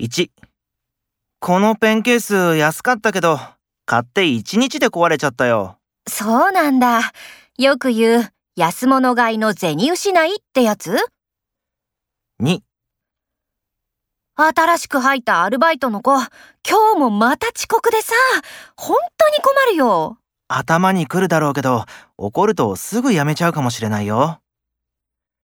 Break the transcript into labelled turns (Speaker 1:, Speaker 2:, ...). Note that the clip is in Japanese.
Speaker 1: 1このペンケース安かったけど買って1日で壊れちゃったよ
Speaker 2: そうなんだ。よく言う、安物買いの銭失いってやつ
Speaker 1: 2
Speaker 2: 新しく入ったアルバイトの子、今日もまた遅刻でさ、本当に困るよ。
Speaker 1: 頭にくるだろうけど怒るとすぐやめちゃうかもしれないよ